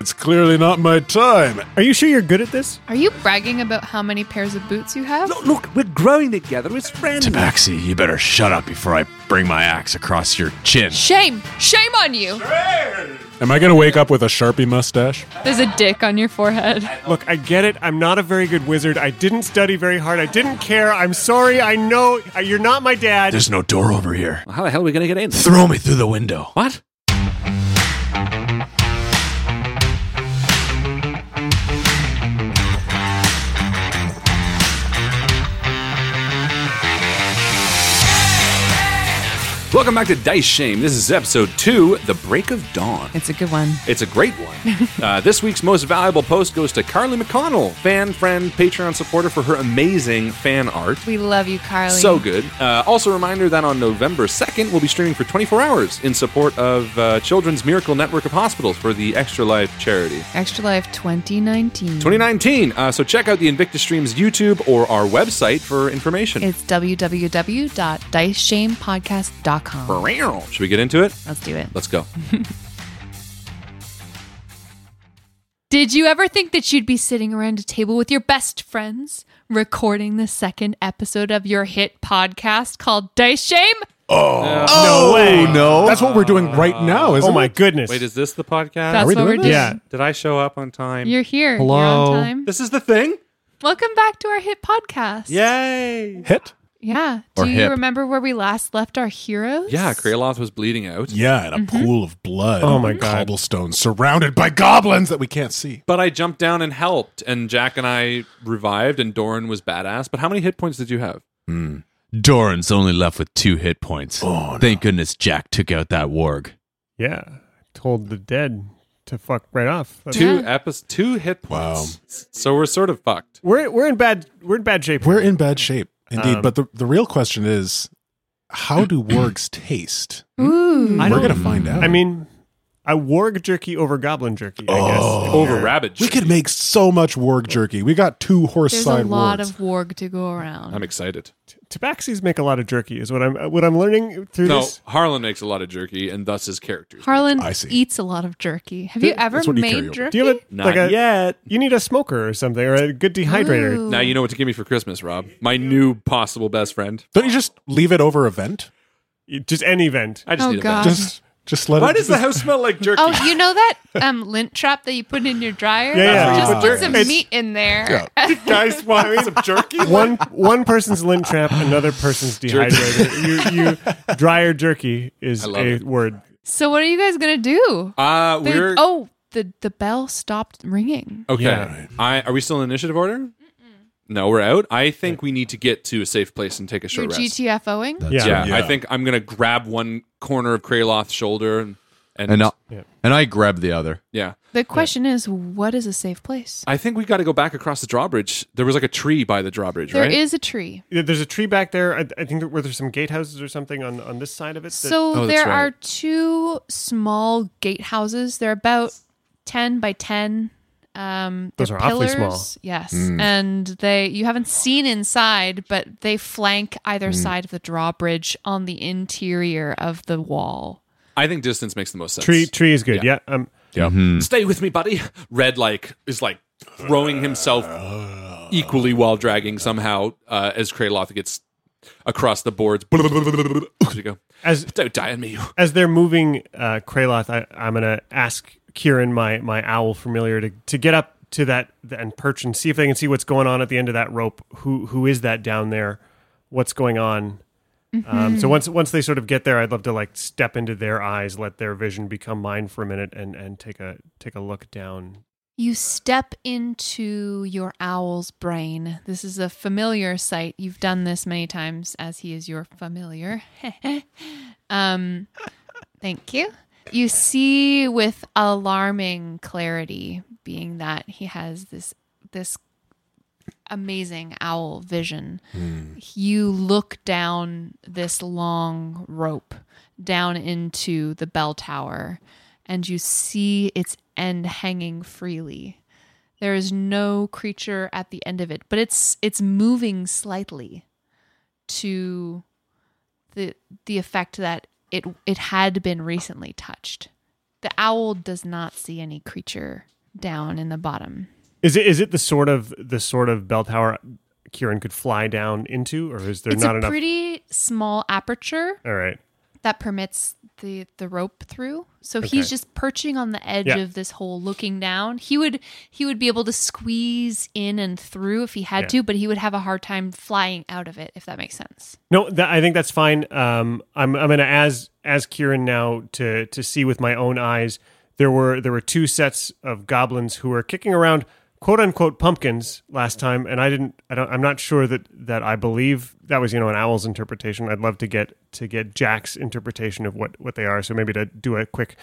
It's clearly not my time. Are you sure you're good at this? Are you bragging about how many pairs of boots you have? No, look, we're growing together as friends. Tabaxi, you better shut up before I bring my axe across your chin. Shame! Shame on you! Am I gonna wake up with a Sharpie mustache? There's a dick on your forehead. Look, I get it. I'm not a very good wizard. I didn't study very hard. I didn't care. I'm sorry. I know uh, you're not my dad. There's no door over here. How the hell are we going to get in? Throw me through the window. What? Welcome back to Dice Shame. This is episode two, The Break of Dawn. It's a good one. It's a great one. uh, this week's most valuable post goes to Carly McConnell, fan, friend, Patreon supporter for her amazing fan art. We love you, Carly. So good. Uh, also, a reminder that on November 2nd, we'll be streaming for 24 hours in support of uh, Children's Miracle Network of Hospitals for the Extra Life charity. Extra Life 2019. 2019. Uh, so check out the Invictus Streams YouTube or our website for information. It's www.diceshamepodcast.com. Should we get into it? Let's do it. Let's go. Did you ever think that you'd be sitting around a table with your best friends recording the second episode of your hit podcast called Dice Shame? Oh. no way. no. That's what we're doing right now, isn't Oh my it? goodness. Wait, is this the podcast? That's we what doing we're this? doing. Yeah. Did I show up on time? You're here. You're Hello. on time. This is the thing? Welcome back to our hit podcast. Yay! Hit? Yeah. Or Do you hip. remember where we last left our heroes? Yeah, Kraloth was bleeding out. Yeah, in a pool of blood. Oh my and God. Cobblestones surrounded by goblins that we can't see. But I jumped down and helped, and Jack and I revived, and Doran was badass. But how many hit points did you have? Hmm. Doran's only left with two hit points. Oh, no. Thank goodness Jack took out that warg. yeah. I told the dead to fuck right off. That's- Two Yeah. epis, two hit points. So we're sort of fucked. We're we're in bad we're in bad shape. We're in bad shape, indeed. Um, but the, the real question is how do wargs taste? Ooh. I We're don't- going to find out. I mean, I warg jerky over goblin jerky. I guess Oh. Over rabbit. we shit. could make so much warg jerky. We got two horse There's a side lot wargs. of warg to go around. I'm excited. Tabaxis make a lot of jerky. Is what I'm what I'm learning through No, this. Harlan makes a lot of jerky, and thus his characters. Harlan I see. eats a lot of jerky. Have you ever That's what you carry made over. jerky? Do you have a, Not like a yet. You need a smoker or something or a good dehydrator. Ooh. Now you know what to give me for Christmas, Rob. My new possible best friend. Don't you just leave it over a vent? You- Just any event. I just Oh, need a God. vent. Just Just let Why it does the house smell like jerky? Oh, you know that um, lint trap that you put in your dryer? Yeah, yeah. Just Ah. put some It's- meat in there. guys want some jerky? one one person's lint trap, another person's dehydrator. you, you dryer jerky is I a love it. word. So what are you guys gonna do? Uh, They're- we're Oh, oh, the the bell stopped ringing. okay. Yeah. I are we still in initiative order? No, we're out. I think we need to get to a safe place and take a You're short rest. GTFOing. Yeah. yeah, Yeah. I think I'm gonna grab one corner of Kraloth's shoulder and, and, And I, Yeah. and I grab the other. yeah. The question is, what is a safe place? I think we got to go back across the drawbridge. There was like a tree by the drawbridge, There is a right? tree. Yeah, There's a tree back there. I, I think there, were there some gatehouses or something on, on this side of it? that- So Oh, that's there are right. two small gatehouses. They're about ten by ten. Um, Those they're are awfully small. Mm. pillars. Yes, and they you haven't seen inside, but they flank either Mm. side of the drawbridge on the interior of the wall. I think distance makes the most sense. tree tree is good. Yeah. Um, Stay with me, buddy. Red like is like throwing himself equally while dragging somehow uh, as Kraloth gets across the boards. There you go. as Um, Don't die on me. as they're moving uh, Kraloth, I, I'm going to ask Kieran, my, my owl familiar, to, to get up to that and perch and see if they can see what's going on at the end of that rope. Who who is that down there? What's going on? Um, Mm-hmm. so once once they sort of get there, I'd love to like step into their eyes, let their vision become mine for a minute, and and take a take a look down. You step into your owl's brain. This is a familiar sight. You've done this many times, as he is your familiar. um, thank you. You see with alarming clarity, being that he has this this amazing owl vision. You look down this long rope down into the bell tower and you see its end hanging freely. There is no creature at the end of it, but it's it's moving slightly to the the effect that it it had been recently touched. The owl does not see any creature down in the bottom. Is it is it the sort of the sort of bell tower Kieran could fly down into, or is there it's not a enough? pretty small aperture All right. that permits the the rope through. So he's just perching on the edge Yeah. of this hole looking down. He would he would be able to squeeze in and through if he had Yeah. to, but he would have a hard time flying out of it if that makes sense. No, tha I think that's fine. Um, I'm I'm gonna as as Kieran now to to see with my own eyes. There were there were two sets of goblins who were kicking around quote unquote pumpkins last time, and I didn't. I don't. I'm not sure that that I believe that was you know an owl's interpretation. I'd love to get to get Jack's interpretation of what what they are. So maybe to do a quick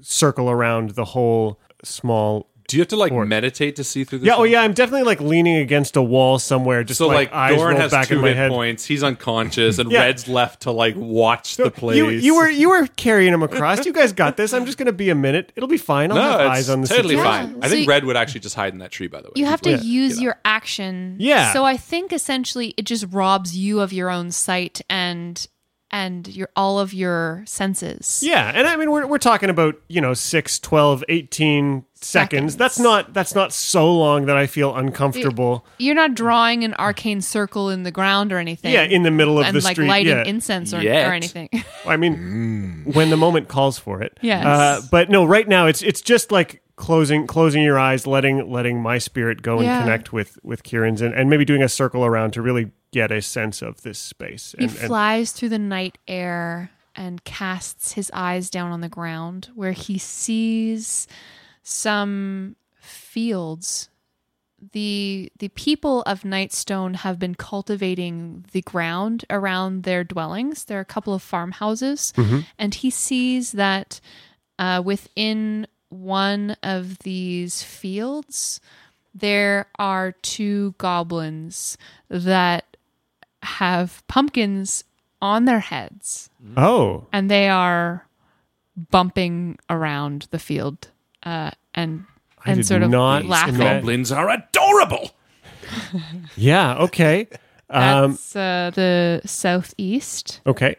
circle around the whole small. Do you have to like meditate to see through this? Yeah, oh thing? yeah, I'm definitely like leaning against a wall somewhere, just So like, eyes Doran rolled has back in two my hit head. points. He's unconscious, and Yeah. Red's left to like watch the place. You, you were you were carrying him across. You guys got this. I'm just gonna be a minute. It'll be fine. I'll no, have it's eyes on the totally situation. fine. I So think you- Red would actually just hide in that tree. By the way, You have to Yeah. use your action. Yeah. So I think essentially it just robs you of your own sight and and your all of your senses. Yeah, and I mean we're we're talking about, you know, 6, 12, 18 seconds. Seconds. That's not that's not so long that I feel uncomfortable. You're not drawing an arcane circle in the ground or anything. Yeah, in the middle of and the like street, lighting yeah. incense or, Yet. or anything. I mean when the moment calls for it. Yes. Uh, but no, right now it's it's just like closing closing your eyes, letting letting my spirit go and Yeah. connect with with Kieran's and, and maybe doing a circle around to really get a sense of this space. He And, and flies through the night air and casts his eyes down on the ground where he sees some fields. The the people of Nightstone have been cultivating the ground around their dwellings. There are a couple of farmhouses, Mm-hmm. and he sees that uh, within one of these fields, there are two goblins that have pumpkins on their heads oh. and they are bumping around the field uh, and I and did sort of not laughing. imagine- goblins are adorable. Yeah, okay. Um That's uh, the southeast okay.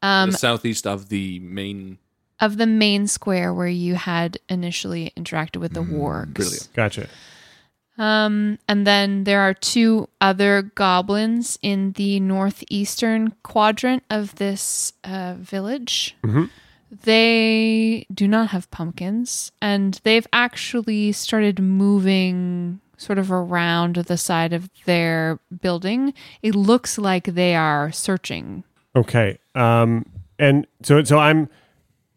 um, the southeast of the main. of the main square where you had initially interacted with the wargs. brilliant. Gotcha. Um, and then there are two other goblins Mm-hmm. in the northeastern quadrant of this uh, village. They do not have pumpkins, and they've actually started moving sort of around the side of their building. It looks like they are searching. Okay. Um, and so so I'm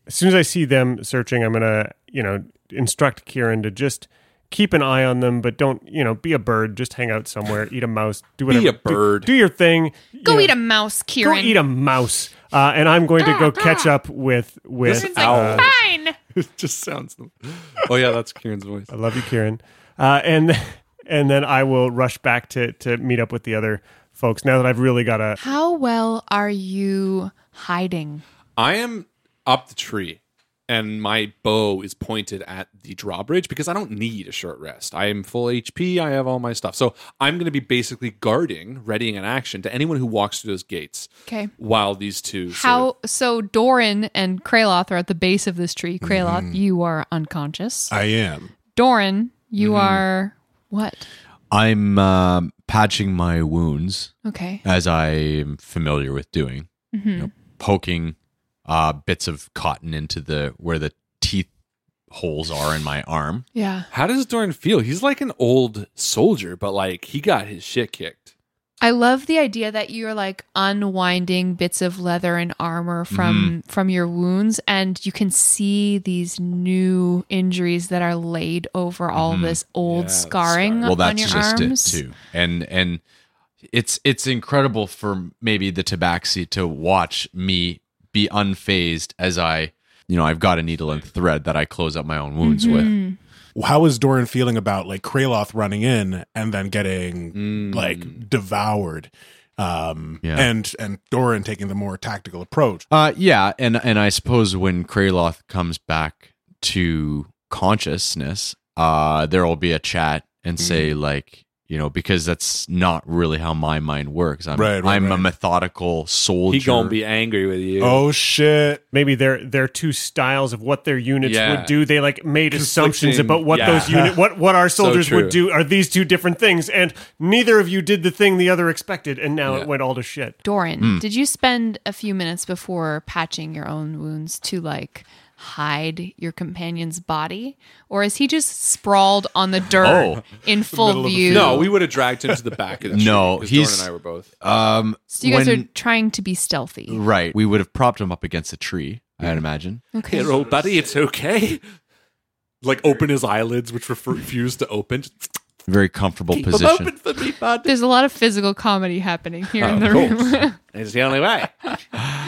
as soon as I see them searching, I'm gonna you know instruct Kieran to just keep an eye on them, but don't you know be a bird. Just hang out somewhere, eat a mouse, do whatever. Be a do- bird. Do, your thing. you Go know, eat a mouse, Kieran. Uh-huh. Go eat a mouse. Uh, and I'm going to go catch up with with. Kieran's uh, like, fine. it just sounds. Oh yeah, that's Kieran's voice. I love you, Kieran. Uh, and and then I will rush back to to meet up with the other folks. Now that I've really got a How well are you hiding? I am up the tree and my bow is pointed at the drawbridge because I don't need a short rest. I am full HP, I have all my stuff. So I'm going to be basically guarding, readying an action to anyone who walks through those gates. Okay. While these two sort of- How so? Doran and Kraloth are at the base of this tree. Kraloth, you are unconscious. I am. Doran, you are what? I'm um patching my wounds Okay. as I'm familiar with doing, Mhm. poking uh, bits of cotton into the where the teeth holes are in my arm. Yeah. how does Doran feel? He's like an old soldier, but like he got his shit kicked. I love the idea that you're like unwinding bits of leather and armor Mm-hmm. from from your wounds and you can see these new injuries that are laid over all Mhm. this old Yeah, the scarring scar. Well, on that's your just arms. it too, and and it's it's incredible for maybe the Tabaxi to watch me be unfazed as I, you know, I've got a needle and thread that I close up my own wounds Mm-hmm. with. How is Doran feeling about like Kraloth running in and then getting Mm, like devoured? Um Mm. Yeah. and and Doran taking the more tactical approach. Uh, yeah, and and I suppose when Kraloth comes back to consciousness, uh, there will be a chat and say Mm. like, you know, because that's not really how my mind works. I'm Right, right, I'm a right. methodical soldier. He gonna be angry with you. Oh shit. maybe their their two styles of what their units Yeah. would do. They like made assumptions Conflicting- about what yeah. those unit what what our So soldiers would true. do are these two different things, and neither of you did the thing the other expected, and now Yeah. it went all to shit. Doran, Hmm. did you spend a few minutes before patching your own wounds to like hide your companion's body or is he just sprawled on the dirt Oh. in full view? No, we would have dragged him to the back of the tree. No, 'cause he's- Doran and I were both. Um, so you guys when- are trying to be stealthy. right. We would have propped him up against a tree. I'd imagine. Okay. Here, old buddy, it's okay. Like open his eyelids, which ref- refused to open. Just Very comfortable keep 'em position. open for me, bud. There's a lot of physical comedy happening here Oh, in the room. It's the only way.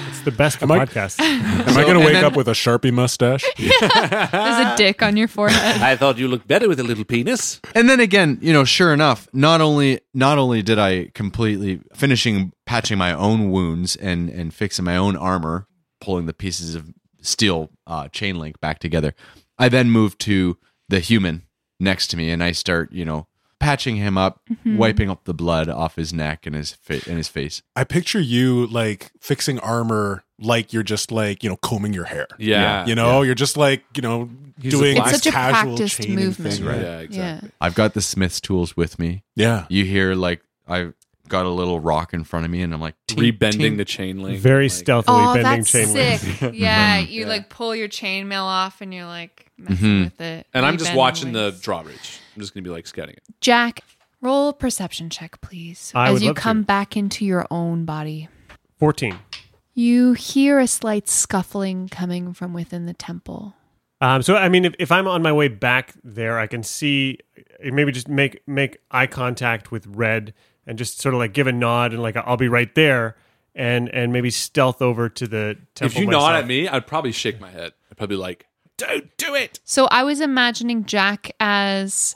It's the best Am I- podcast. Am I gonna wake up with a Sharpie mustache? There's a dick on your forehead. I thought you looked better with a little penis. And then again, you know, sure enough, not only not only did I completely finishing patching my own wounds and and fixing my own armor, pulling the pieces of steel uh, chain link back together, I then moved to the human next to me and I start, you know, patching him up, Mm. Mm-hmm. wiping up the blood off his neck and his fa- and his face. I picture you like fixing armor like you're just like, you know, combing your hair. Yeah, You know, you're just like, you know, He's a doing black- this It's such a casual practiced chaining movement. thing. yeah, Right. exactly. I've got the smith's tools with me. Yeah. You hear like I've got a little rock in front of me and I'm like tink, Rebending tink. the chain link. Very like- stealthily Oh, bending that's chain link. sick. Yeah, you Mm-hmm. Yeah. Mm-hmm. like pull your chainmail off and you're like messing Mhm. with it. And I'm just Bending watching the ways. drawbridge. I'm just gonna be like scouting it. Jack, roll perception check, please. I as would you love to. come back into your own body. Fourteen. You hear a slight scuffling coming from within the temple. Um, so I mean, if, if I'm on my way back there, I can see maybe just make make eye contact with Red and just sort of like give a nod and like I'll be right there, and and maybe stealth over to the temple. if you myself. nod at me, I'd probably shake my head. I'd probably be like, "Don't do it." So I was imagining Jack as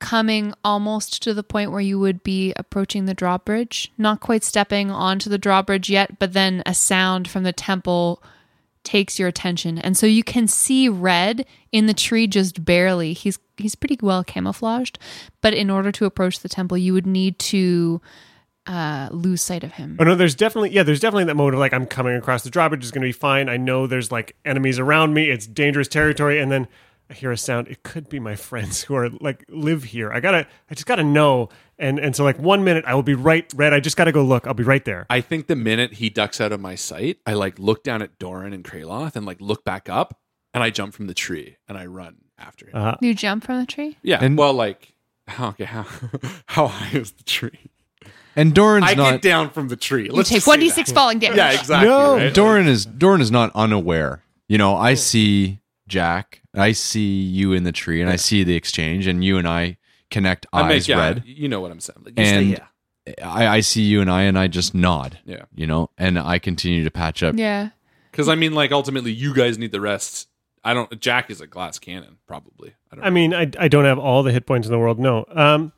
coming almost to the point where you would be approaching the drawbridge, not quite stepping onto the drawbridge yet, but then a sound from the temple takes your attention. And so you can see Red in the tree just barely. He's he's pretty well camouflaged, but in order to approach the temple, you would need to uh, lose sight of him. Oh no, there's definitely yeah, there's definitely that moment of like I'm coming across the drawbridge is going to be fine. I know there's like enemies around me. It's dangerous territory, and then I hear a sound. It could be my friends who are like live here. I gotta, I just gotta know. And and so like one minute I will be right, red. I just gotta go look. I'll be right there. I think the minute he ducks out of my sight, I like look down at Doran and Kraloth and like look back up and I jump from the tree and I run after Uh, him. Uh-huh. You jump from the tree? Yeah. And well, like, how, okay, how, how high is the tree? And Doran's I not get down from the tree. Let's you take just say one d six that. falling damage. Yeah, exactly. No, right? Doran is Doran is not unaware. You know, I see Jack, I see you in the tree, and I see the exchange, and you and I connect eyes I make yeah, red, You know what I'm saying. Like, you stay and here. I, I see you and I, and I just nod. Yeah. you know, and I continue to patch up. Yeah. Because I mean, like ultimately, you guys need the rest. I don't. Jack is a glass cannon, probably. I don't. I mean, I I don't have all the hit points in the world. No. Um,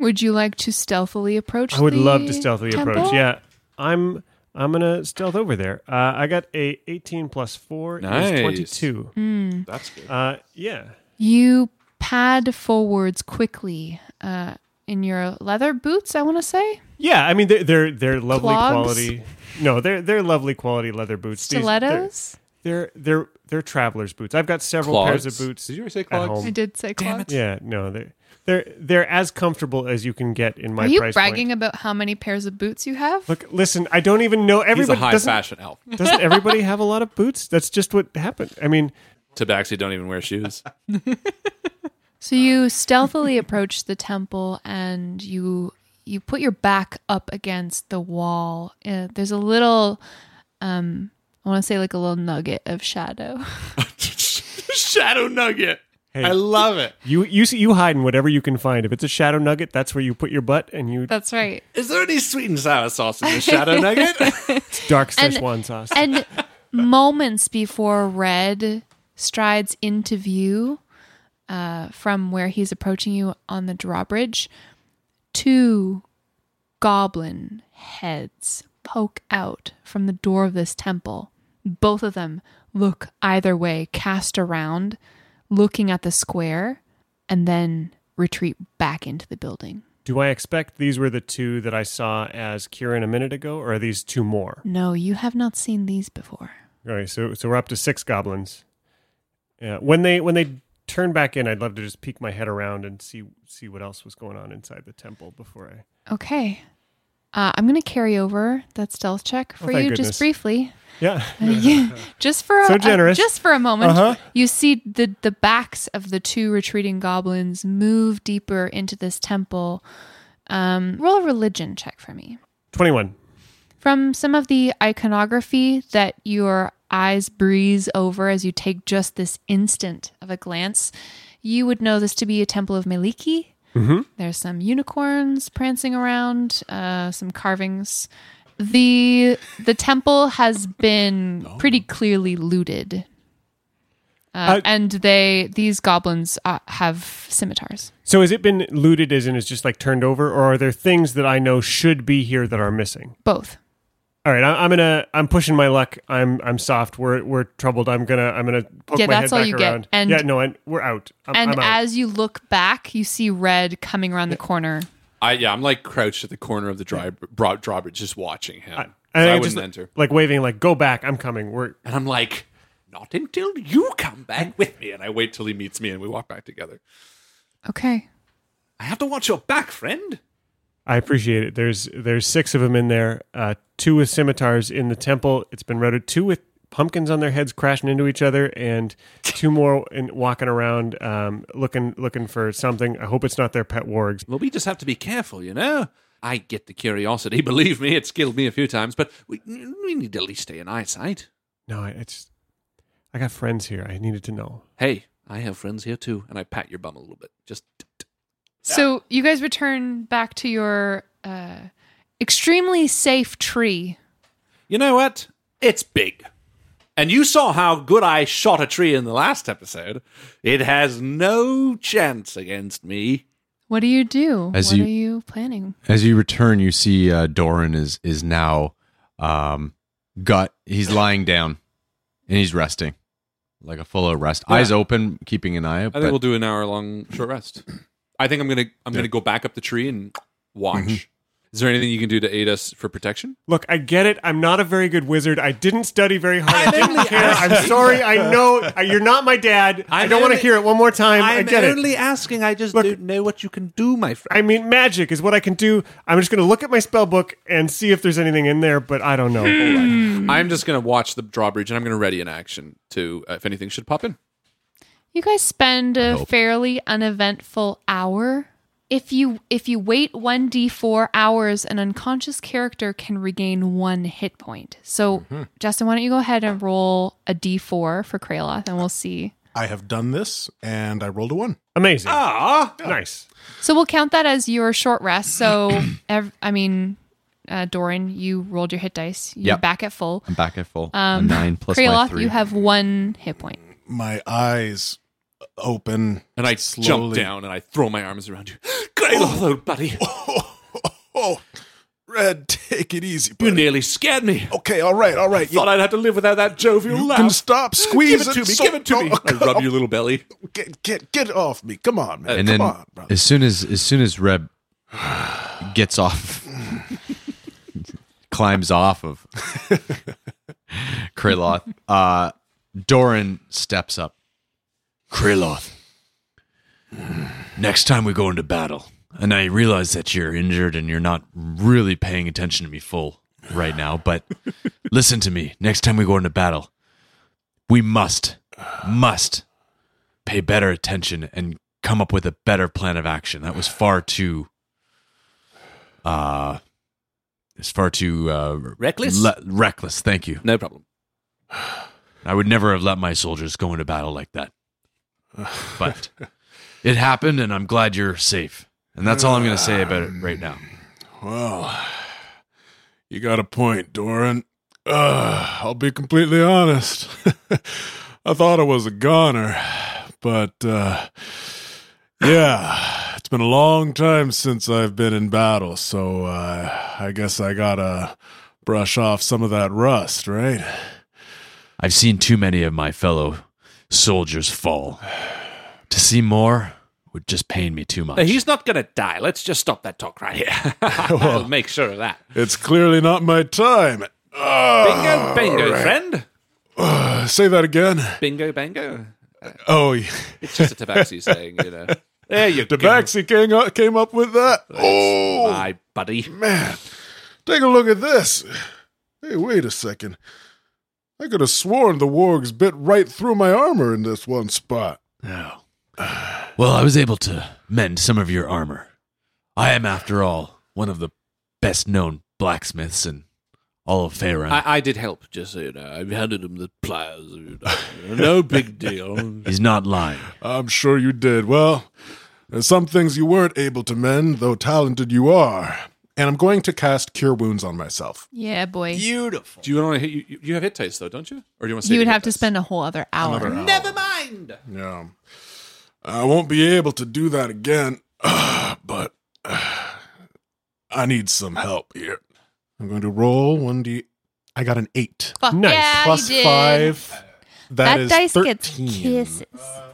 Would you like to stealthily approach? I would the love to stealthily approach. temple? Yeah, I'm. I'm gonna stealth over there. Uh, I got a 18 plus four Nice. is 22. Hmm. that's good. Uh, yeah. You pad forwards quickly uh, in your leather boots. I want to say Yeah, I mean they're they're, they're lovely Clogs? quality. No, they're they're lovely quality leather boots. These- they're- stilettos. They're they're they're travelers' boots. I've got several pairs of Clogs? boots. Did you say at clogs? home. I did say clogs. Yeah, no, they're they're they're as comfortable as you can get in my Are you price bragging point. about how many pairs of boots you have? Look, listen, I don't even know He's everybody a high doesn't, fashion elf. doesn't everybody have a lot of boots? That's just what happened. I mean, Tabaxi don't even wear shoes. So you stealthily approach the temple and you you put your back up against the wall. Uh, there's a little um I want to say like a little nugget of shadow. Shadow nugget. Hey. I love it. you you see- you hide in whatever you can find. If it's a shadow nugget, that's where you put your butt and you That's right. Is there any sweet and sour sauce in the shadow nugget? dark and- Szechuan sauce. And moments before Red strides into view uh, from where he's approaching you on the drawbridge, two goblin heads poke out from the door of this temple. Both of them look either way, cast around, looking at the square, and then retreat back into the building. Do I expect these were the two that I saw as Kieran a minute ago, or are these two more? No, you have not seen these before. All right, so so we're up to six goblins. Yeah, when they when they turn back in, I'd love to just peek my head around and see see what else was going on inside the temple before I. Okay. Uh, I'm going to carry over that stealth check for Oh, thank you goodness. just briefly. Yeah, Yeah, just for a, So a- generous. just for a moment. Uh-huh. You see the the backs of the two retreating goblins move deeper into this temple. Um, roll a religion check for me. twenty one. From some of the iconography that your eyes breeze over as you take just this instant of a glance, you would know this to be a temple of Maliki. Mm-hmm. There's some unicorns prancing around, uh, some carvings. The the temple has been Oh. pretty clearly looted. Uh, I- and they these goblins uh, have scimitars. So has it been looted? As in, it's just like turned over, or are there things that I know should be here that are missing? Both. All right, I, I'm gonna I'm pushing my luck. I'm I'm soft. We're we're troubled. I'm gonna I'm gonna poke Yeah, my head that's all back you get. around. And- yeah, no, and we're out. I'm, and I'm out. as you look back, you see red coming around the corner. I yeah, I'm like crouched at the corner of the dry, bro, drawbridge, just watching him. I, So and I I wouldn't just, enter. Like waving, like go back. I'm coming. We're And I'm like, not until you come back with me. And I wait till he meets me, and we walk back together. Okay. I have to watch your back, friend. I appreciate it. There's there's six of them in there. Uh, two with scimitars in the temple. It's been routed. Two with pumpkins on their heads crashing into each other, and two more in, walking around um, looking looking for something. I hope it's not their pet wargs. Well, we just have to be careful, you know? I get the curiosity. Believe me, it's killed me a few times, but we, we need to at least stay in eyesight. No, I- it's I got friends here. I needed to know. Hey, I have friends here too, and I pat your bum a little bit. Just So you guys return back to your uh, extremely safe tree. you know what? It's big. And you saw how good I shot a tree in the last episode. It has no chance against me. What do you do? As what you- are you planning? As you return, you see uh, Doran is is now um, gut. He's lying down and he's resting, like a full of rest, Yeah. eyes open, keeping an eye out. I think we'll do an hour long short rest. I think I'm gonna I'm gonna go back up the tree and watch. Mm-hmm. Is there anything you can do to aid us for protection? Look, I get it. I'm not a very good wizard. I didn't study very hard. I didn't care. I'm sorry. I know uh, you're not my dad. I I'm don't want to only- hear it one more time. i I'm get only it. asking. I just don't know what you can do, my friend. I mean, magic is what I can do. I'm just going to look at my spell book and see if there's anything in there, but I don't know. I'm just going to watch the drawbridge and I'm going to ready an action to uh, if anything should pop in. You guys spend a hope. fairly uneventful hour. If you if you wait 1d4 hours, an unconscious character can regain one hit point. So, Justin, why don't you go ahead and roll a d4 for Kraloth and we'll see. I have done this and I rolled a one. Amazing. Ah, nice. So we'll count that as your short rest. So, ev- I mean, uh, Doran, you rolled your hit dice. You're Yep. back at full. I'm back at full. A nine plus my Kraloth, three. Um, you have one hit point. My eyes open and I slowly. jump down and I throw my arms around you. Greyloth, oh, buddy. Oh, Red, take it easy. You bud. nearly scared me. Okay, all right, all right. You Thought I'd have to live without that jovial laugh. can stop. Squeeze Give it to it. me. So- give it to no, me. I rub your little belly. Get, get, get off me. Come on, man. and Come then on, brother. as soon as as soon as Reb gets off, climbs off of Kraloth, uh, Doran steps up. Kraloth, next time we go into battle, and I realize that you're injured and you're not really paying attention to me full right now, but listen to me. Next time we go into battle, we must, must pay better attention and come up with a better plan of action. That was far too, uh, it's far too uh, Reckless? le- reckless. Thank you. No problem. I would never have let my soldiers go into battle like that. But it happened, and I'm glad you're safe. And that's all I'm going to say about Um, it right now. Well, you got a point, Doran. Uh, I'll be completely honest. I thought I was a goner, but uh, yeah, it's been a long time since I've been in battle, so uh, I guess I gotta brush off some of that rust, right? I've seen too many of my fellow soldiers fall. To see more would just pain me too much. Uh, He's not going to die. Let's just stop that talk right here. I'll make sure of that. It's clearly not my time. Bingo, bingo, right. friend. Uh, say that again. Bingo, bango. Oh, yeah. It's just a tabaxi saying, you know. There you go. Tabaxi came up, came up with that. Oh, My buddy. Man, take a look at this. Hey, wait a second. I could have sworn the wargs bit right through my armor in this one spot. No. Well, I was able to mend some of your armor. I am, after all, one of the best known blacksmiths in all of Faerun. I, I did help, just so you know. I handed him the pliers. you know. No big deal. He's not lying. I'm sure you did. Well, there's some things you weren't able to mend, though talented you are. And I'm going to cast Cure Wounds on myself. Yeah, boy. Beautiful. Do you want to hit? You, you- you have hit dice though, don't you? Or do you want to? You would have to spend a whole other hour. Never mind. Yeah. I won't be able to do that again, but I need some help here. I'm going to roll 1d. I got an 8. Fuck Nice. yeah, Plus you did. five. That, is dice 13. gets kisses.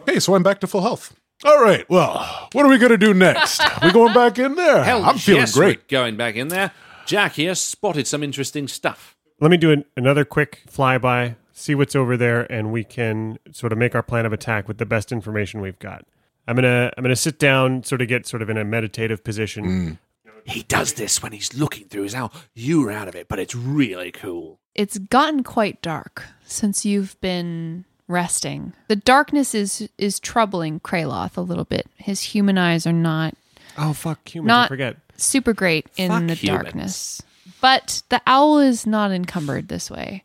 Okay, so I'm back to full health. All right. Well, what are we going to do next? we going back in there? Hell, I'm feeling yes, great. we're Going back in there, Jack here spotted some interesting stuff. Let me do an, another quick flyby, see what's over there, and we can sort of make our plan of attack with the best information we've got. I'm gonna I'm gonna sit down, sort of get sort of in a meditative position. Mm. He does this when he's looking through his owl. You are out of it, but it's really cool. It's gotten quite dark since you've been resting. The darkness is is troubling Kraloth a little bit. His human eyes are not Oh fuck, humans! I Not- forget. super great in Fuck the humans. darkness. But the owl is not encumbered this way.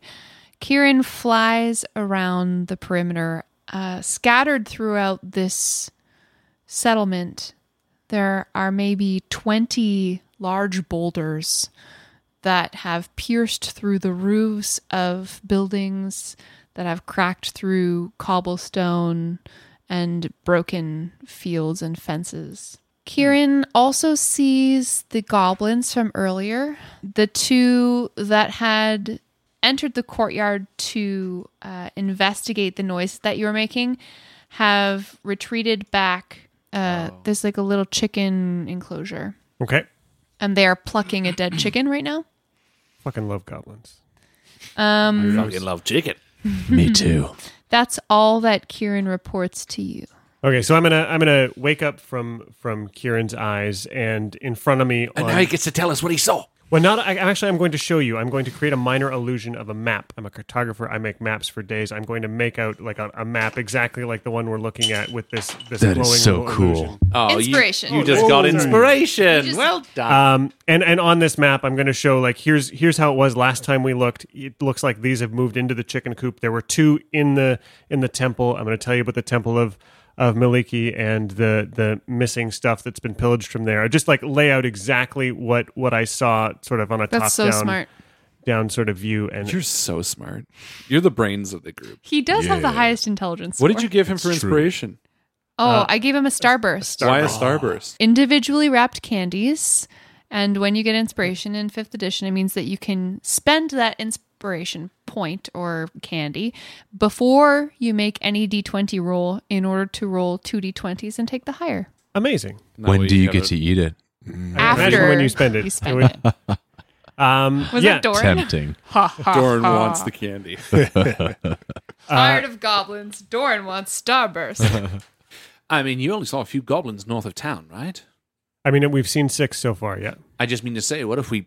Kieran flies around the perimeter, uh, scattered throughout this settlement. There are maybe 20 large boulders that have pierced through the roofs of buildings, that have cracked through cobblestone and broken fields and fences. Hmm. Kieran also sees the goblins from earlier, the two that had entered the courtyard to uh, investigate the noise that you were making have Oh. retreated back. Uh, There's like a little chicken enclosure Okay, and they are plucking a dead chicken right now. Fucking love goblins. Um, love chicken. Me too. That's all that Kieran reports to you. Okay, so I'm gonna I'm gonna wake up from from Kieran's eyes, and in front of me, And on- now he gets to tell us what he saw. Well, not I, actually. I'm going to show you. I'm going to create a minor illusion of a map. I'm a cartographer. I make maps for days. I'm going to make out like a, a map exactly like the one we're looking at with this. this That glowing is so little cool. illusion. Oh, you- Inspiration. You, just Oh, got sorry. inspiration. well done. Uh, Um, and and on this map, I'm going to show like here's here's how it was last time we looked. It looks like these have moved into the chicken coop. There were two in the in the temple. I'm going to tell you about the temple of of Maliki and the the missing stuff that's been pillaged from there. I just like lay out exactly what what I saw, sort of on a top That's so down smart. down sort of view. And You're so smart. You're the brains of the group. He does have the Yeah. highest intelligence. What did score. you give him for inspiration? Oh, Uh, I gave him a starburst. Why a starburst? Individually wrapped candies, and when you get inspiration in fifth edition, it means that you can spend that inspiration point or candy before you make any d20 roll in order to roll two d20s and take the higher. amazing. when do you get to eat it? I imagine After when you spend it, you spend would- Um, Was yeah. that Doran? Tempting. Ha, ha, Doran ha. Uh, wants the Uh, candy. Tired of goblins, Doran wants starburst. I mean, you only saw a few goblins north of town, right? I mean, we've seen six so far. Yeah. I just mean to say, what if we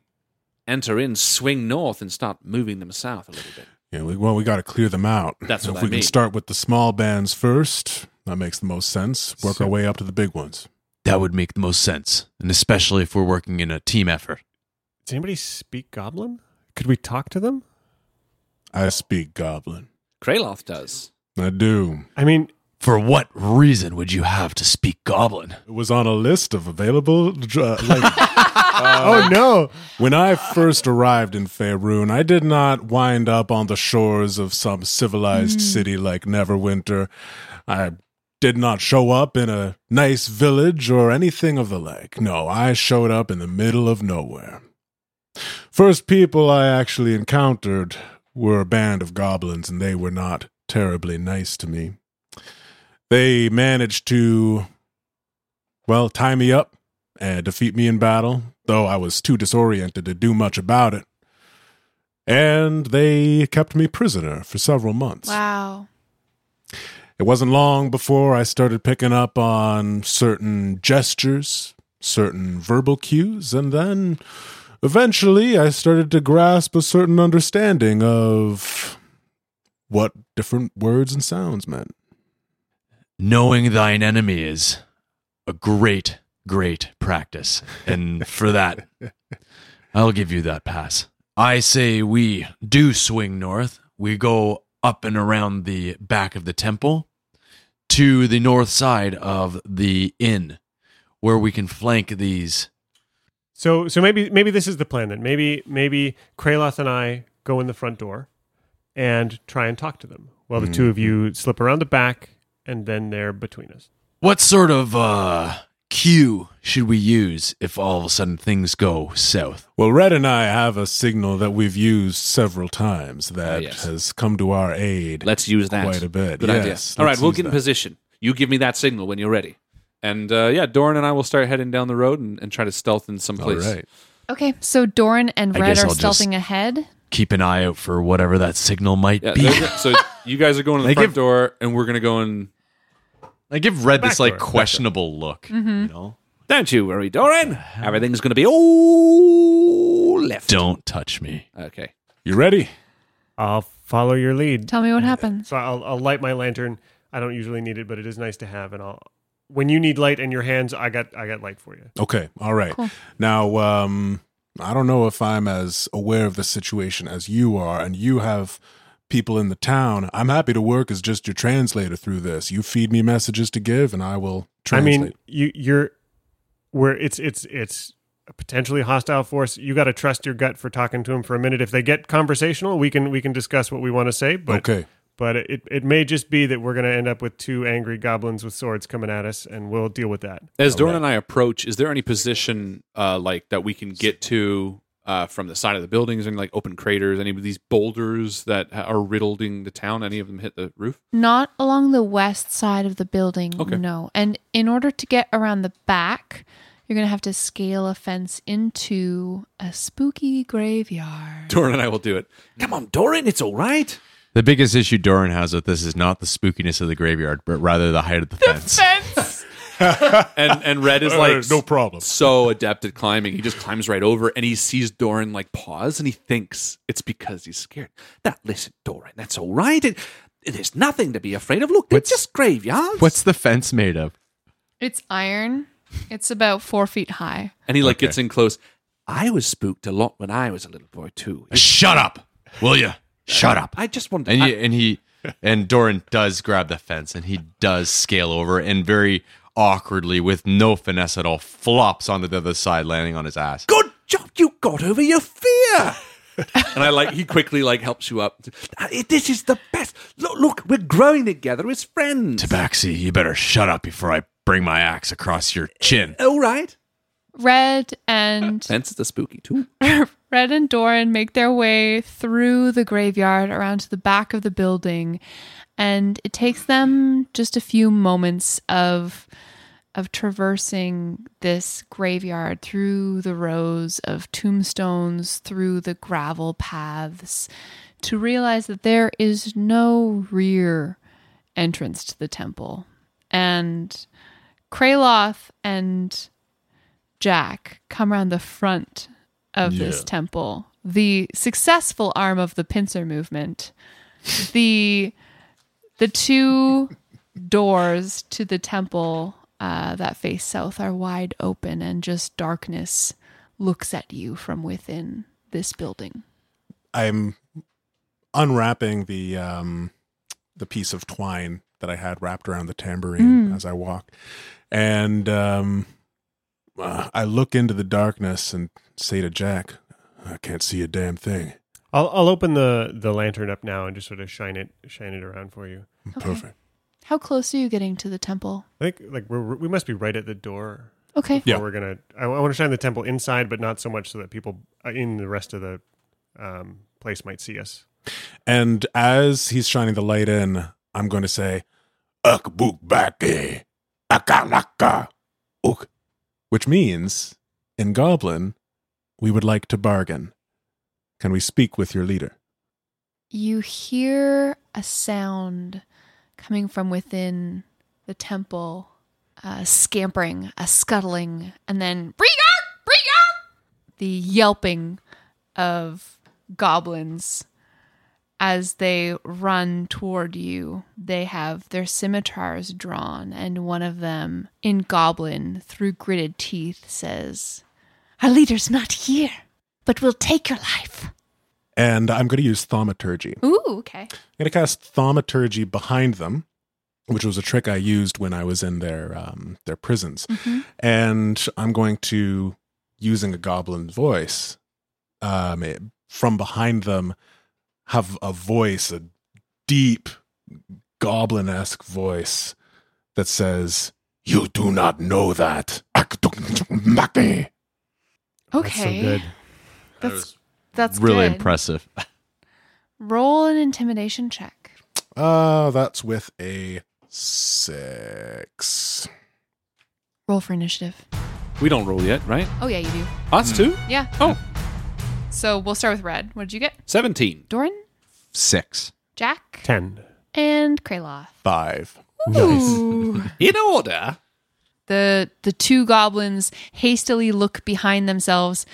enter in, swing north, and start moving them south a little bit? Yeah, we, well, we got to clear them out. That's if what I we mean. can start with the small bands first. That makes the most sense. Work our way up to the big ones. That would make the most sense, and especially if we're working in a team effort. Does anybody speak Goblin? Could we talk to them? I speak goblin. Kraloth does. I do. I mean, For what reason would you have to speak goblin? It was on a list of available. dr- Uh, like, Uh, oh no. when I first arrived in Faerun, I did not wind up on the shores of some civilized city like Neverwinter. I did not show up in a nice village or anything of the like. No, I showed up in the middle of nowhere. First people I actually encountered were a band of goblins, and they were not terribly nice to me. They managed to, well, tie me up and defeat me in battle, though I was too disoriented to do much about it. And they kept me prisoner for several months. wow. It wasn't long before I started picking up on certain gestures, certain verbal cues, and then eventually I started to grasp a certain understanding of what different words and sounds meant. Knowing thine enemy is a great, great practice. And for that, I'll give you that pass. I say we do swing north. We go up and around the back of the temple to the north side of the inn where we can flank these. So so maybe maybe this is the plan then. Maybe maybe Kraloth and I go in the front door and try and talk to them. While the two of Mm-hmm. you slip around the back and then they're between us. What sort of uh, cue should we use if all of a sudden things go south? Well, Red and I have a signal that we've used several times that Oh, yes. has come to our aid. Let's use that. Quite a bit, Good yes. idea. All right, Let's we'll use get in that. position. You give me that signal when you're ready. And uh, yeah, Doran and I will start heading down the road and, and try to stealth in some All place. right. Okay, so Doran and I Red guess are I'll just- stealthing ahead. Keep an eye out for whatever that signal might Yeah, be. those are- so you guys are going to the They front give- door, and we're going to go in. I give Red Back this like door, back door. questionable look. You know, Don't you worry, Doran. Everything's going to be all left. don't touch me. Okay. You ready? I'll follow your lead. Tell me what happens. So I'll I'll light my lantern. I don't usually need it, but it is nice to have and I'll when you need light in your hands, I got I got light for you. Okay. All right. Cool. Now, um, I don't know if I'm as aware of the situation as you are, and you have people in the town. I'm happy to work as just your translator through this. You feed me messages to give, and I will translate. I mean, you you're where it's it's it's a potentially hostile force. You got to trust your gut for talking to them for a minute. If they get conversational, we can we can discuss what we want to say. But okay. but it it may just be that we're going to end up with two angry goblins with swords coming at us, and we'll deal with that. As Doran and I approach, is there any position uh, like that we can get to uh, from the side of the buildings? Any like open craters? Any of these boulders that ha- are riddling the town? Any of them hit the roof? Not along the west side of the building, Okay. no. And in order to get around the back, You're going to have to scale a fence into a spooky graveyard. Doran and I will do it. Come on, Doran, it's all right. The biggest issue Doran has with this is not the spookiness of the graveyard, but rather the height of the, fence. Fence! and and Red is like Uh, no problem. So adept at climbing, he just climbs right over and he sees Doran like pause and he thinks it's because he's scared. Now listen, Doran, that's all right. It, there's nothing to be afraid of. Look, they're just graveyards. What's the fence made of? It's iron. It's about four feet high. And he like gets in close. I was spooked a lot when I was a little boy too. Shut up, will you? Shut up. I just wanted. And I- he, and he and Doran does grab the fence and he does scale over and very awkwardly with no finesse at all flops onto the other side landing on his ass. Good job, you got over your fear. and I like he quickly like helps you up. "Ah, This is the best. Look, look, we're growing together as friends. Tabaxi, you better shut up before I bring my axe across your chin. All right. Red and Fence is the spooky too. Red and Doran make their way through the graveyard around to the back of the building, and it takes them just a few moments of of traversing this graveyard through the rows of tombstones, through the gravel paths, to realize that there is no rear entrance to the temple. And Kraloth and Jack come around the front of this temple, the successful arm of the pincer movement, the the two doors to the temple uh, that face south are wide open, and just darkness looks at you from within this building. I'm unwrapping the um the piece of twine that I had wrapped around the tambourine Mm. as I walk. And um uh, I look into the darkness and say to Jack, I can't see a damn thing. I'll I'll open the the lantern up now and just sort of shine it shine it around for you. Perfect. How close are you getting to the temple? I think like we're, we must be right at the door. Okay. Yeah, we're gonna. I, want to shine the temple inside, but not so much so that people uh, in the rest of the um, place might see us. And as he's shining the light in, I'm going to say, Ukbukbaki, Akalaka, Uk, which means in Goblin, we would like to bargain. Can we speak with your leader? You hear a sound coming from within the temple, uh, scampering, a scuttling, and then "Regar! Regar!" the yelping of goblins as they run toward you. They have their scimitars drawn, and one of them, in goblin, through gritted teeth, says, "Our leader's not here, but we'll take your life." And I'm going to use Thaumaturgy. Ooh, okay. I'm going to cast Thaumaturgy behind them, which was a trick I used when I was in their um, their prisons. Mm-hmm. And I'm going to, using a goblin voice, um, it- from behind them, have a voice, a deep goblin esque voice that says, You do not know that. Akdukmaki." Okay. That's so good. That's that's really good. impressive. Roll an intimidation check. Uh, that's with a six. Roll for initiative. We don't roll yet, right? Oh yeah, you do. Us too. Yeah. Hmm. Oh, So we'll start with red. What did you get? 17. Doran, Six. Jack, Ten. and Kraloth. Five. Ooh. In order. the the two goblins hastily look behind themselves.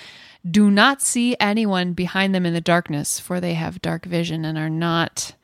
Do not see anyone behind them in the darkness, for they have dark vision and are not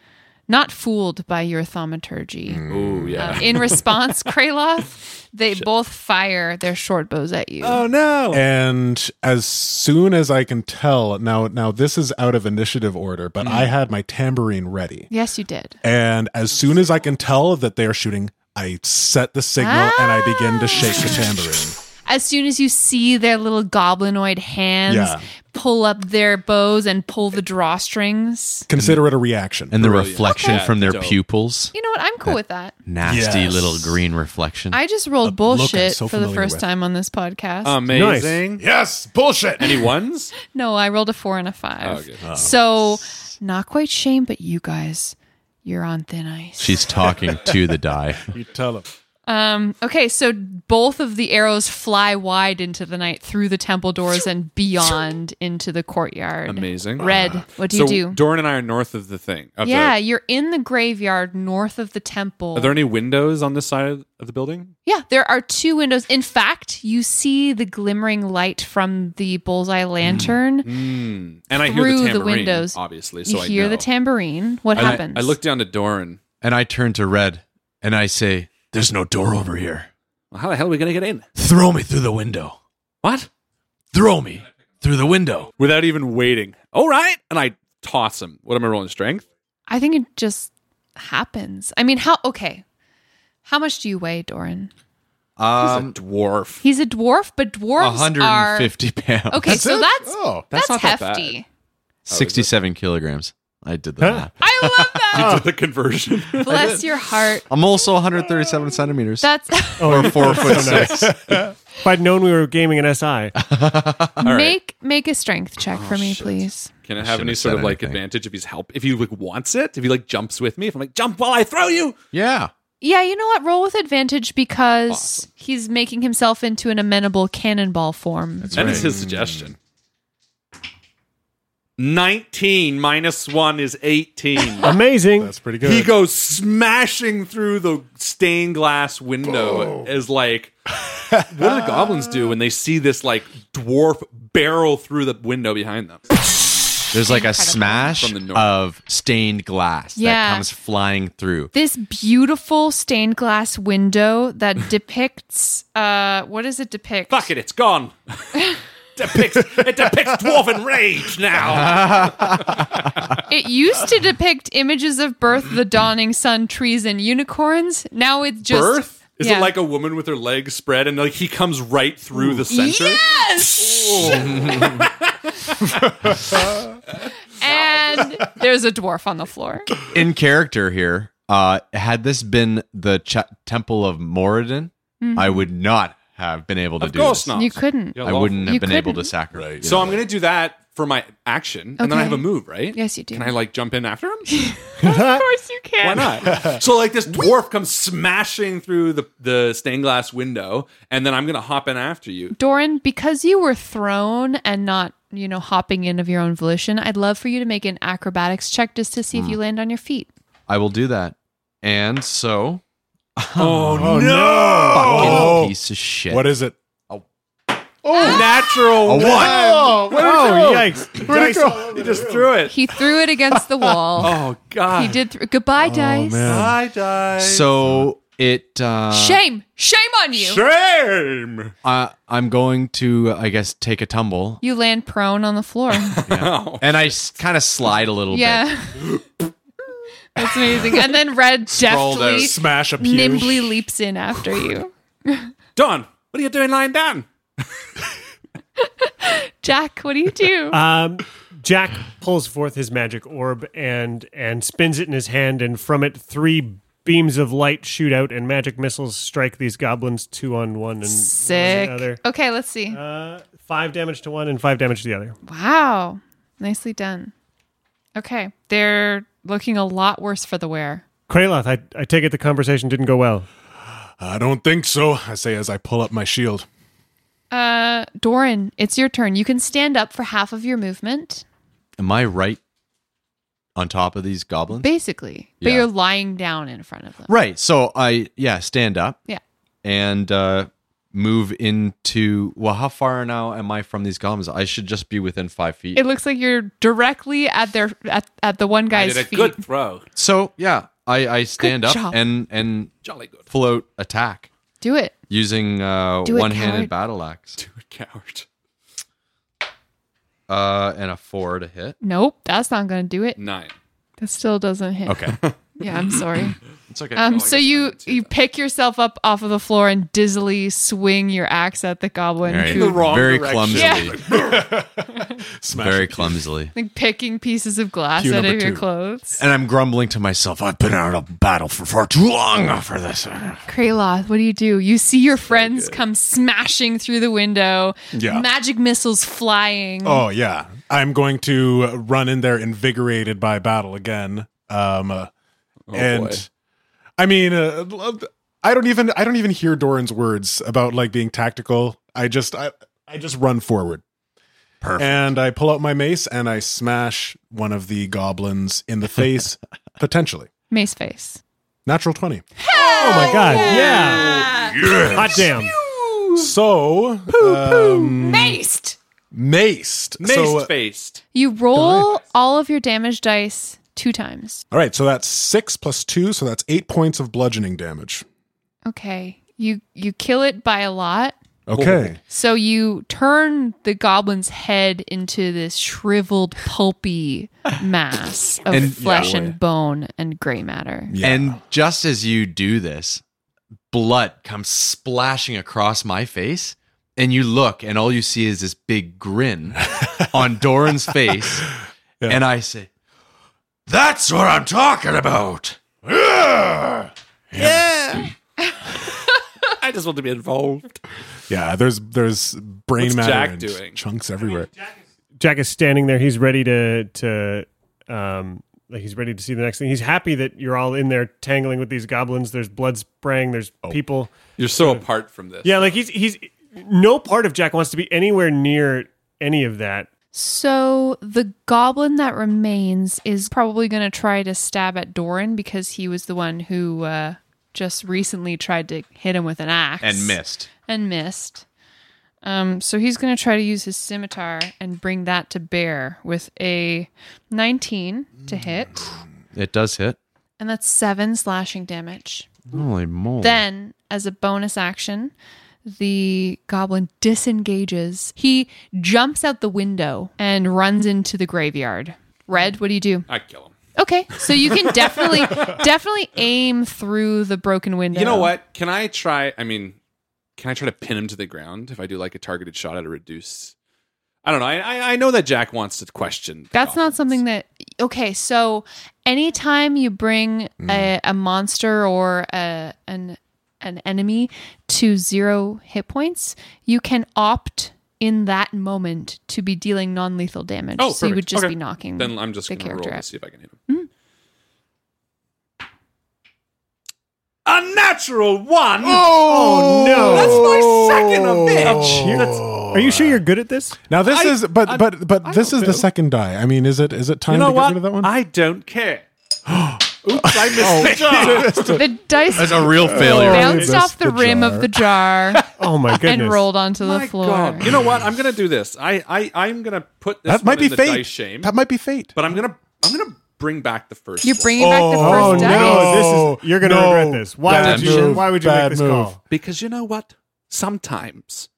not fooled by your thaumaturgy. Oh, yeah. Um, in response, Kraloth, they both fire their short bows at you. oh, no. And as soon as I can tell, now now this is out of initiative order, but I had my tambourine ready. Yes, you did. And as soon as I can tell that they are shooting, I set the signal and I begin to shake the tambourine. As soon as you see their little goblinoid hands Yeah. pull up their bows and pull the drawstrings, Consider it a reaction. And the Brilliant. reflection Okay. from their Dope. pupils. you know what? I'm cool with that. Nasty Yes. little green reflection. I just A rolled look I'm bullshit so for the familiar first with. time on this podcast. Amazing. yes, bullshit. Any ones? no, I rolled a four and a five. Okay. So, not quite shame, but you guys, you're on thin ice. She's talking to the die. You tell him. Um, okay, so both of the arrows fly wide into the night through the temple doors and beyond into the courtyard. Amazing. Uh, Red, what do so you do? Doran and I are north of the thing. of the- yeah, you're in the graveyard north of the temple. are there any windows on this side of of the building? yeah, there are two windows. In fact, you see the glimmering light from the bullseye lantern Mm. And I hear the Through the tambourine, windows. obviously. You So I hear know. the tambourine. What And I- happens? I look down to Doran. And I turn to Red and I say, There's no door over here. Well, how the hell are we going to get in? Throw me through the window. What? Throw me through the window. Without even waiting. All right. And I toss him. What am I rolling? Strength? I think it just happens. I mean, how? Okay, how much do you weigh, Doran? Um, He's a dwarf. He's a dwarf, but dwarves are 150 pounds. Okay, That's so it? that's Oh, that's, that's not that bad. hefty. 67 kilograms. I did the math. I love that. Did the conversion. Bless your heart. I'm also 137 centimeters. That's Oh, or four foot six. If I'd known we were gaming an SI, right. make make a strength Oh, check for me, please. I Can I have shouldn't any have sort said of like anything. advantage if he's help? If he like wants it, if he like jumps with me, if I'm like jump while I throw you, Yeah. Yeah, you know what? Roll with advantage because Awesome. he's making himself into an amenable cannonball form. that is his suggestion. Nineteen minus one is eighteen. amazing. That's pretty good. he goes smashing through the stained glass window as like what do the goblins do when they see this like dwarf barrel through the window behind them? There's like a smash From the north. of stained glass Yeah. that comes flying through. this beautiful stained glass window that depicts uh what does it depict Fuck it, it's gone. depicts, it depicts dwarven rage now. It used to depict images of birth the dawning sun trees and unicorns now it just Birth? Is Yeah. it like a woman with her legs spread and like he comes right through the center? yes and there's a dwarf on the floor In character here, uh, had this been the ch- Temple of Moradin, I would not have been able to Of do course this. not. you couldn't Yeah, I lawful. wouldn't have You been able to couldn't. sacrifice. So I'm gonna do that for my action, and then I Okay. have a move, right? Yes, you do. Can I like jump in after him? of course you Why can not? so like this dwarf comes smashing through the, the stained glass window, and then I'm gonna hop in after you. doran because you were thrown and not you know hopping in of your own volition i'd love for you to make an acrobatics check just to see if Hmm. you land on your feet I will do that. And so, Oh, no! fucking Oh. piece of shit. What is it? Natural A one. Oh, Oh, yikes. Dice all over He just threw it. He threw it against the wall. Oh Ah. god. He did. Th- Oh, Goodbye, dice. Ah. I died. so it uh, Shame, shame on you. Shame. I, I'm going to, I guess, take a tumble, You land prone on the floor. Oh. and I kind of slide a little bit. yeah. That's amazing. And then Red Sprawled out. deftly, Smash a pew. nimbly leaps in after you. Don, what are you doing lying down? Jack, what do you do? Um, Jack pulls forth his magic orb and and spins it in his hand, and from it three beams of light shoot out, and magic missiles strike these goblins two on one and one on the other. Sick. Okay, let's see. Uh, five damage to one and five damage to the other. Wow. Nicely done. Okay. They're looking a lot worse for the wear. Kraloth, I, I take it the conversation didn't go well. I don't think so, I say as I pull up my shield. Uh, Doran, it's your turn. You can stand up for half of your movement, Am I right on top of these goblins? basically, but Yeah. you're lying down in front of them. right. So I, yeah, stand up Yeah. and uh, move into. Well, how far now am I from these goblins? I should just be within five feet. It looks like you're directly at their at, at the one I guy's did a feet. good throw. so yeah, I, I stand up job. and and Jolly good. float attack Do it. using uh, Do it, one-handed coward. battle axe Coward. uh, and a four to hit. Nope, that's not going to do it. Nine. That still doesn't hit. Okay, Yeah, I'm sorry. it's okay. Um, so you you pick yourself up off of the floor and dizzily swing your axe at the goblin, All right. who wrong very direction. clumsily, Smash very a pew. clumsily. like picking pieces of glass Cue out of number your two. clothes. And I'm grumbling to myself, I've been out of battle for far too long for this. Kraloth, what do you do? You see your friends come smashing through the window, Yeah. magic missiles flying. Oh yeah, I'm going to uh, run in there invigorated by battle again. Um, uh, and boy. I mean, uh, l- I don't even I don't even hear Doran's words about like being tactical. I just I, I just run forward. Perfect. And I pull out my mace and I smash one of the goblins in the face, potentially. Mace face. Natural 20. Oh my god! yeah. Yeah. Yes. Hot damn. So um, Maced. maced. So, uh, faced. You roll all of your damage dice two times. all right, so that's six plus two, so that's eight points of bludgeoning damage. Okay. You you kill it by a lot. Okay. Oh, So you turn the goblin's head into this shriveled, pulpy mass of And- flesh Yeah. and bone and gray matter. And just as you do this, blood comes splashing across my face. And you look, and all you see is this big grin on Doran's face. And I say, That's what I'm talking about. Yeah. Yeah. I just want to be involved. Yeah, there's there's brain What's matter Jack and doing? chunks everywhere. Jack is standing there. He's ready to to um like he's ready to see the next thing. He's happy that you're all in there tangling with these goblins. There's blood spraying. There's Oh. people. You're so apart from this. Yeah, like he's he's no part of Jack wants to be anywhere near any of that. So the goblin that remains is probably going to try to stab at Doran because he was the one who uh, just recently tried to hit him with an axe And missed. And missed. Um, so he's going to try to use his scimitar and bring that to bear with a 19 to hit, It does hit. and that's seven slashing damage. Holy moly. Then, as a bonus action, the goblin disengages. He jumps out the window and runs into the graveyard. Red, what do you do? I kill him. Okay, so you can definitely definitely aim through the broken window. You know what? Can I try? I mean, can I try to pin him to the ground if I do like a targeted shot at a reduce? I don't know. I I, I know that Jack wants to question. the That's goblin. not something that. Okay, so anytime you bring a, a monster or a, an an enemy to zero hit points, you can opt in that moment to be dealing non lethal damage. Oh, so you would perfect. just Okay. be knocking. Then I'm just the going to roll character Hmm. to out. see if I can hit him. A natural one. Oh, Oh. no! That's my second of bitch. Here, that's- are you sure you're good at this? Now this I- is but I- but but I this don't is know. the second die. I mean, is it is it time You know to get what? rid of that one? I don't care. Oops, I missed the job. The dice That's a real failure. bounced Oh, off that's the, the rim jar. of the jar Oh my goodness! and rolled onto the My floor. God. You know what? I'm gonna do this. I I I'm gonna put this that might one be in the fate. dice shame, That might be fate. but I'm gonna I'm gonna bring back the first. You're one. bringing back the first no. dice. Oh, this is you're going to No. regret this. Why Bad would you? move. Why would you Bad make this move. call? because you know what? Sometimes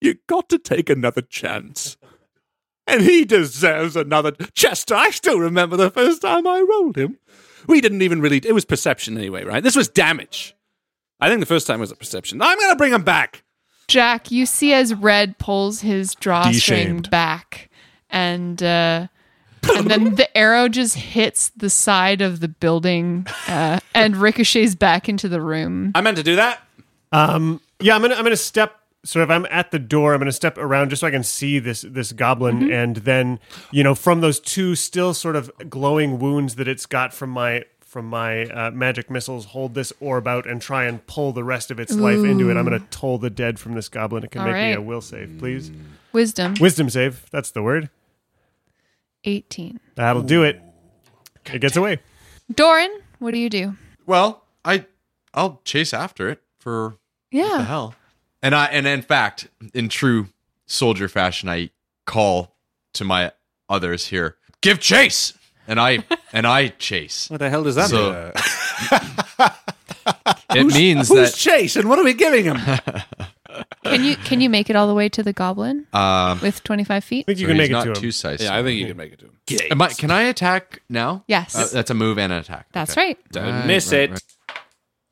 you got to take another chance. And he deserves another. Chester, I still remember the first time I rolled him. We didn't even really. It was perception anyway, right? This was damage. I think the first time was a perception. I'm going to bring him back. Jack, you see as Red pulls his drawstring De-shamed. back, and uh, and then the arrow just hits the side of the building uh, and ricochets back into the room. I meant to do that. Um, yeah, I'm gonna I'm gonna step sort of I'm at the door. I'm gonna step around just so I can see this this goblin, and then you know from those two still sort of glowing wounds that it's got from my from my uh, magic missiles, hold this orb out and try and pull the rest of its life into it. I'm gonna toll the dead from this goblin. It can All make me a right. will save, please. Wisdom Wisdom save. That's the word. eighteen. That'll do it. It gets away. Doran, what do you do? Well, I I'll chase after it for what the Yeah, hell. And I and in fact, in true soldier fashion, I call to my others here, give chase. And I and I chase. the hell does that So- It means Who's that Chase and what are we giving him? can you can you make it all the way to the goblin um with twenty five feet? I think you so can he's make it not to him. two size. yeah, I think you can make it to him. Am I, can I attack now? Yes. Uh, that's a move and an attack. That's Okay. right. Don't miss it.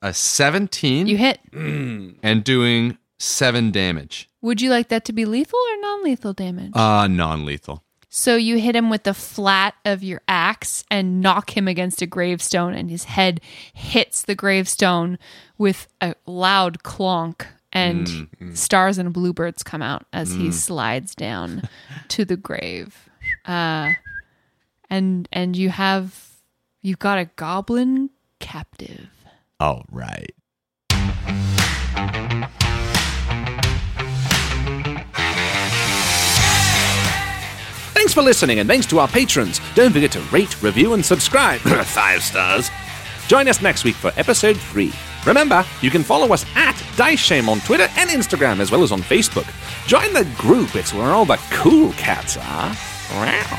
A 17 You hit. and doing 7 damage. Would you like that to be lethal or non lethal damage? Uh non-lethal. So you hit him with the flat of your axe and knock him against a gravestone, and his head hits the gravestone with a loud clonk, and Mm, stars and bluebirds come out as he slides down to the grave. Uh, and and you have you've got a goblin captive. All right. Thanks for listening, and thanks to our patrons. Don't forget to rate, review, and subscribe. Five stars. Join us next week for episode three. Remember, you can follow us at Dice Shame on Twitter and Instagram, as well as on Facebook. Join the group, it's where all the cool cats are. Wow.